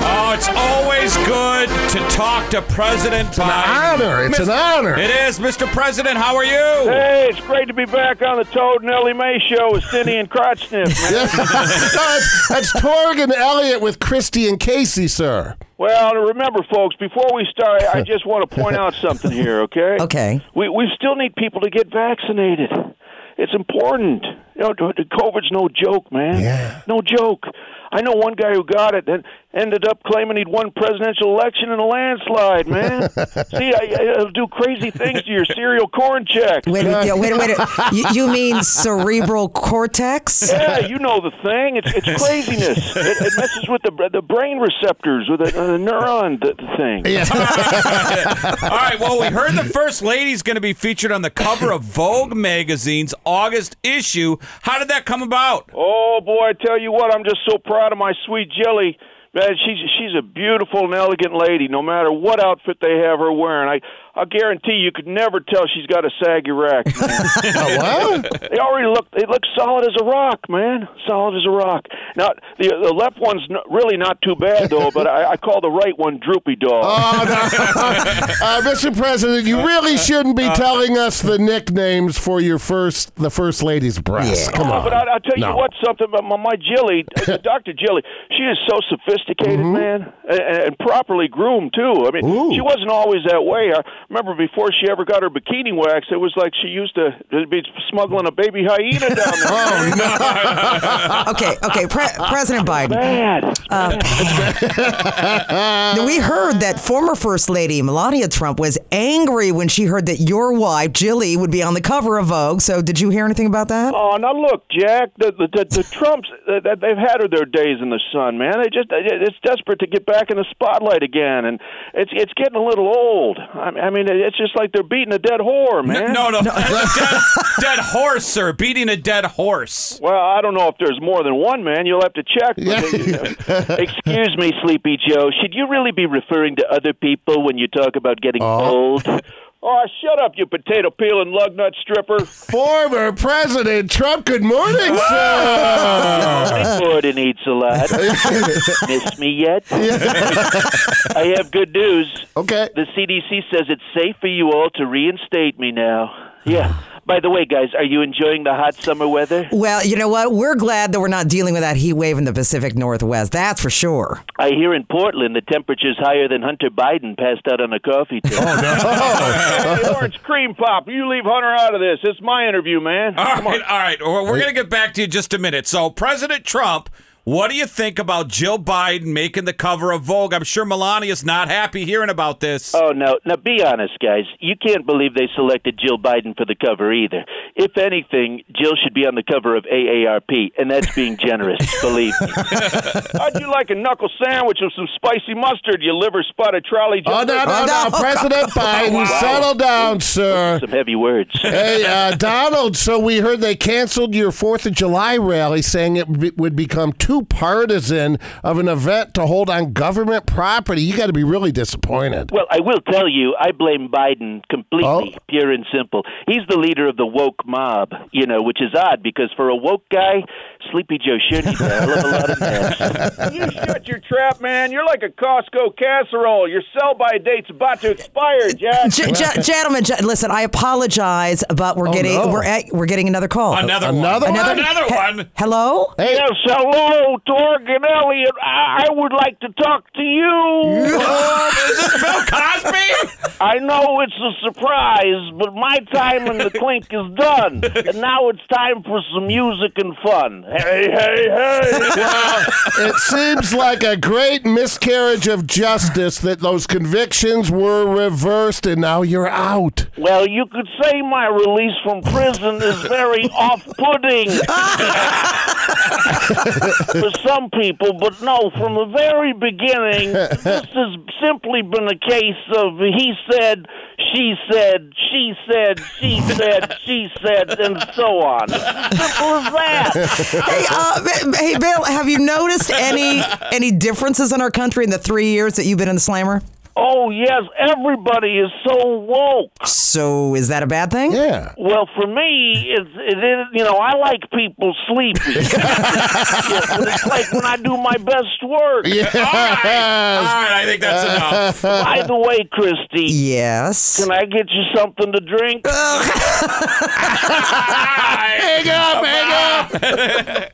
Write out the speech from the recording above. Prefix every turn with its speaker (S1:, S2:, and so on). S1: Oh, to President
S2: It's an
S1: Biden.
S2: honor. It's an honor.
S1: It is, Mr. President. How are you?
S3: Hey, it's great to be back on the Toad and Ellie Mae show with Cindy and Crotchniff. man.
S2: no, that's, that's Torg and Elliot with Christy and Casey, sir.
S3: Well, remember, folks, before we start, I just want to point out something here, okay?
S4: Okay.
S3: We, we still need people to get vaccinated. It's important. You know, COVID's no joke, man.
S2: Yeah.
S3: No joke. I know one guy who got it and ended up claiming he'd won presidential election in a landslide, man. See, I, I- I'll do crazy things to your cereal corn check.
S4: Wait a minute. Wait a minute. You, you mean cerebral cortex?
S3: Yeah, you know the thing. It's it's craziness. It, it messes with the br- the brain receptors with the, the neuron th- thing.
S1: All right. Well, we heard the first lady's going to be featured on the cover of Vogue magazine's August issue. How did that come about?
S3: Oh boy, I tell you what, I'm just so proud of my sweet Jilly. Man, she's she's a beautiful and elegant lady. No matter what outfit they have her wearing, I I guarantee you could never tell she's got a saggy rack. man.
S2: Oh, what?
S3: they already look they look solid as a rock, man. Solid as a rock. Now the the left one's n- really not too bad though, but I, I call the right one droopy dog.
S2: Oh, no. uh, Mr. President, you really shouldn't be telling us the nicknames for your first, the first lady's breasts.
S4: Yeah.
S2: Come
S3: No,
S2: on.
S3: but I, I'll tell
S2: No.
S3: you what, something about my, my Jilly, Dr. Jilly, she is so sophisticated, man, and, and properly groomed, too. I mean,
S2: Ooh.
S3: she wasn't always that way. I remember before she ever got her bikini wax, it was like she used to be smuggling a baby hyena down there. oh, no.
S4: Okay. Okay. Pre- President Biden.
S3: Bad.
S4: Now, we heard that former First Lady Melania Trump was angry when she heard that your wife, Jilly, would be on the cover of Vogue. So, did you hear anything about that?
S3: Oh, now look, Jack. The the, the, the Trumps, uh, that they've had their days in the sun, man. They just it's desperate to get back in the spotlight again, and it's it's getting a little old. I I mean, it's just like they're beating a dead whore, man.
S1: No, no, dead, dead horse, sir. Beating a dead horse.
S3: Well, I don't know if there's more than one man. You'll have to check. But, uh, excuse me, Sleepy Joe. Should you really be referring to other people when you talk about getting old? Oh, shut up, you potato peel and lug nut stripper.
S2: Former President Trump, good morning, sir.
S3: Sleep bored and eats a lot. Miss me yet? I have good news.
S2: okay.
S3: The CDC says it's safe for you all to reinstate me now. Yeah. By the way, guys, are you enjoying the hot summer weather?
S4: Well, you know what? We're glad that we're not dealing with that heat wave in the Pacific Northwest. That's for sure.
S3: I hear in Portland the temperature's higher than Hunter Biden passed out on a coffee table. Oh, no. orange cream pop. You leave Hunter out of this. It's my interview, man.
S1: All right, all right. Well, we're going to get back to you in just a minute. So, President Trump, what do you think about Jill Biden making the cover of Vogue? I'm sure Melania's not happy hearing about this.
S3: Oh, no. Now, be honest, guys. You can't believe they selected Jill Biden for the cover either. If anything, Jill should be on the cover of AARP, and that's being generous, believe me. How'd you like a knuckle sandwich with some spicy mustard, you liver spotted trolley?
S2: Oh, no, no, no. President Biden, settle down, sir.
S3: Some heavy words.
S2: Hey, uh, Donald, so we heard they canceled your 4th of July rally, saying it be- would become too partisan of an event to hold on government property. You got to be really disappointed.
S3: Well, I will tell you, I blame Biden completely,
S2: Oh.
S3: pure and simple. He's the leader of the woke mob, you know, which is odd because for a woke guy, Sleepy Joe should be there. I love a lot of naps. You shut your trap, man. You're like a Costco casserole. Your sell by date's about to expire, Jack.
S4: G- g- gentlemen, ge- listen. I apologize, but we're getting
S2: no.
S4: we're at, we're getting another call.
S1: another,
S2: another
S1: one.
S2: one?
S1: Another one.
S4: Hello.
S2: Hey,
S3: Yes, hello, Torg and Elliot. I, I would like to talk to you.
S1: Oh, is this Bill Cosby?
S3: I know it's a surprise, but my time in the clink is done. And now it's time for some music and fun. Hey, hey, hey.
S2: it seems like a great miscarriage of justice that those convictions were reversed and now you're out.
S3: well, you could say my release from prison is very off putting for some people, but no, from the very beginning, this has simply been a case of he said, she said, she said, she said, she said, and so on. Simple as that.
S4: Hey, uh, b- hey, Bill. Have you noticed any any differences in our country in the three years that you've been in the slammer?
S3: Oh, yes, everybody is so woke.
S4: So is that a bad thing?
S2: Yeah.
S3: Well, for me, it's it is, you know I like people sleepy. Yeah, it's like when I do my best work.
S1: All right, all right. I think that's enough.
S3: By the way, Christy,
S4: Yes.
S3: can I get you something to drink?
S1: All right.
S2: Hang up, hang up.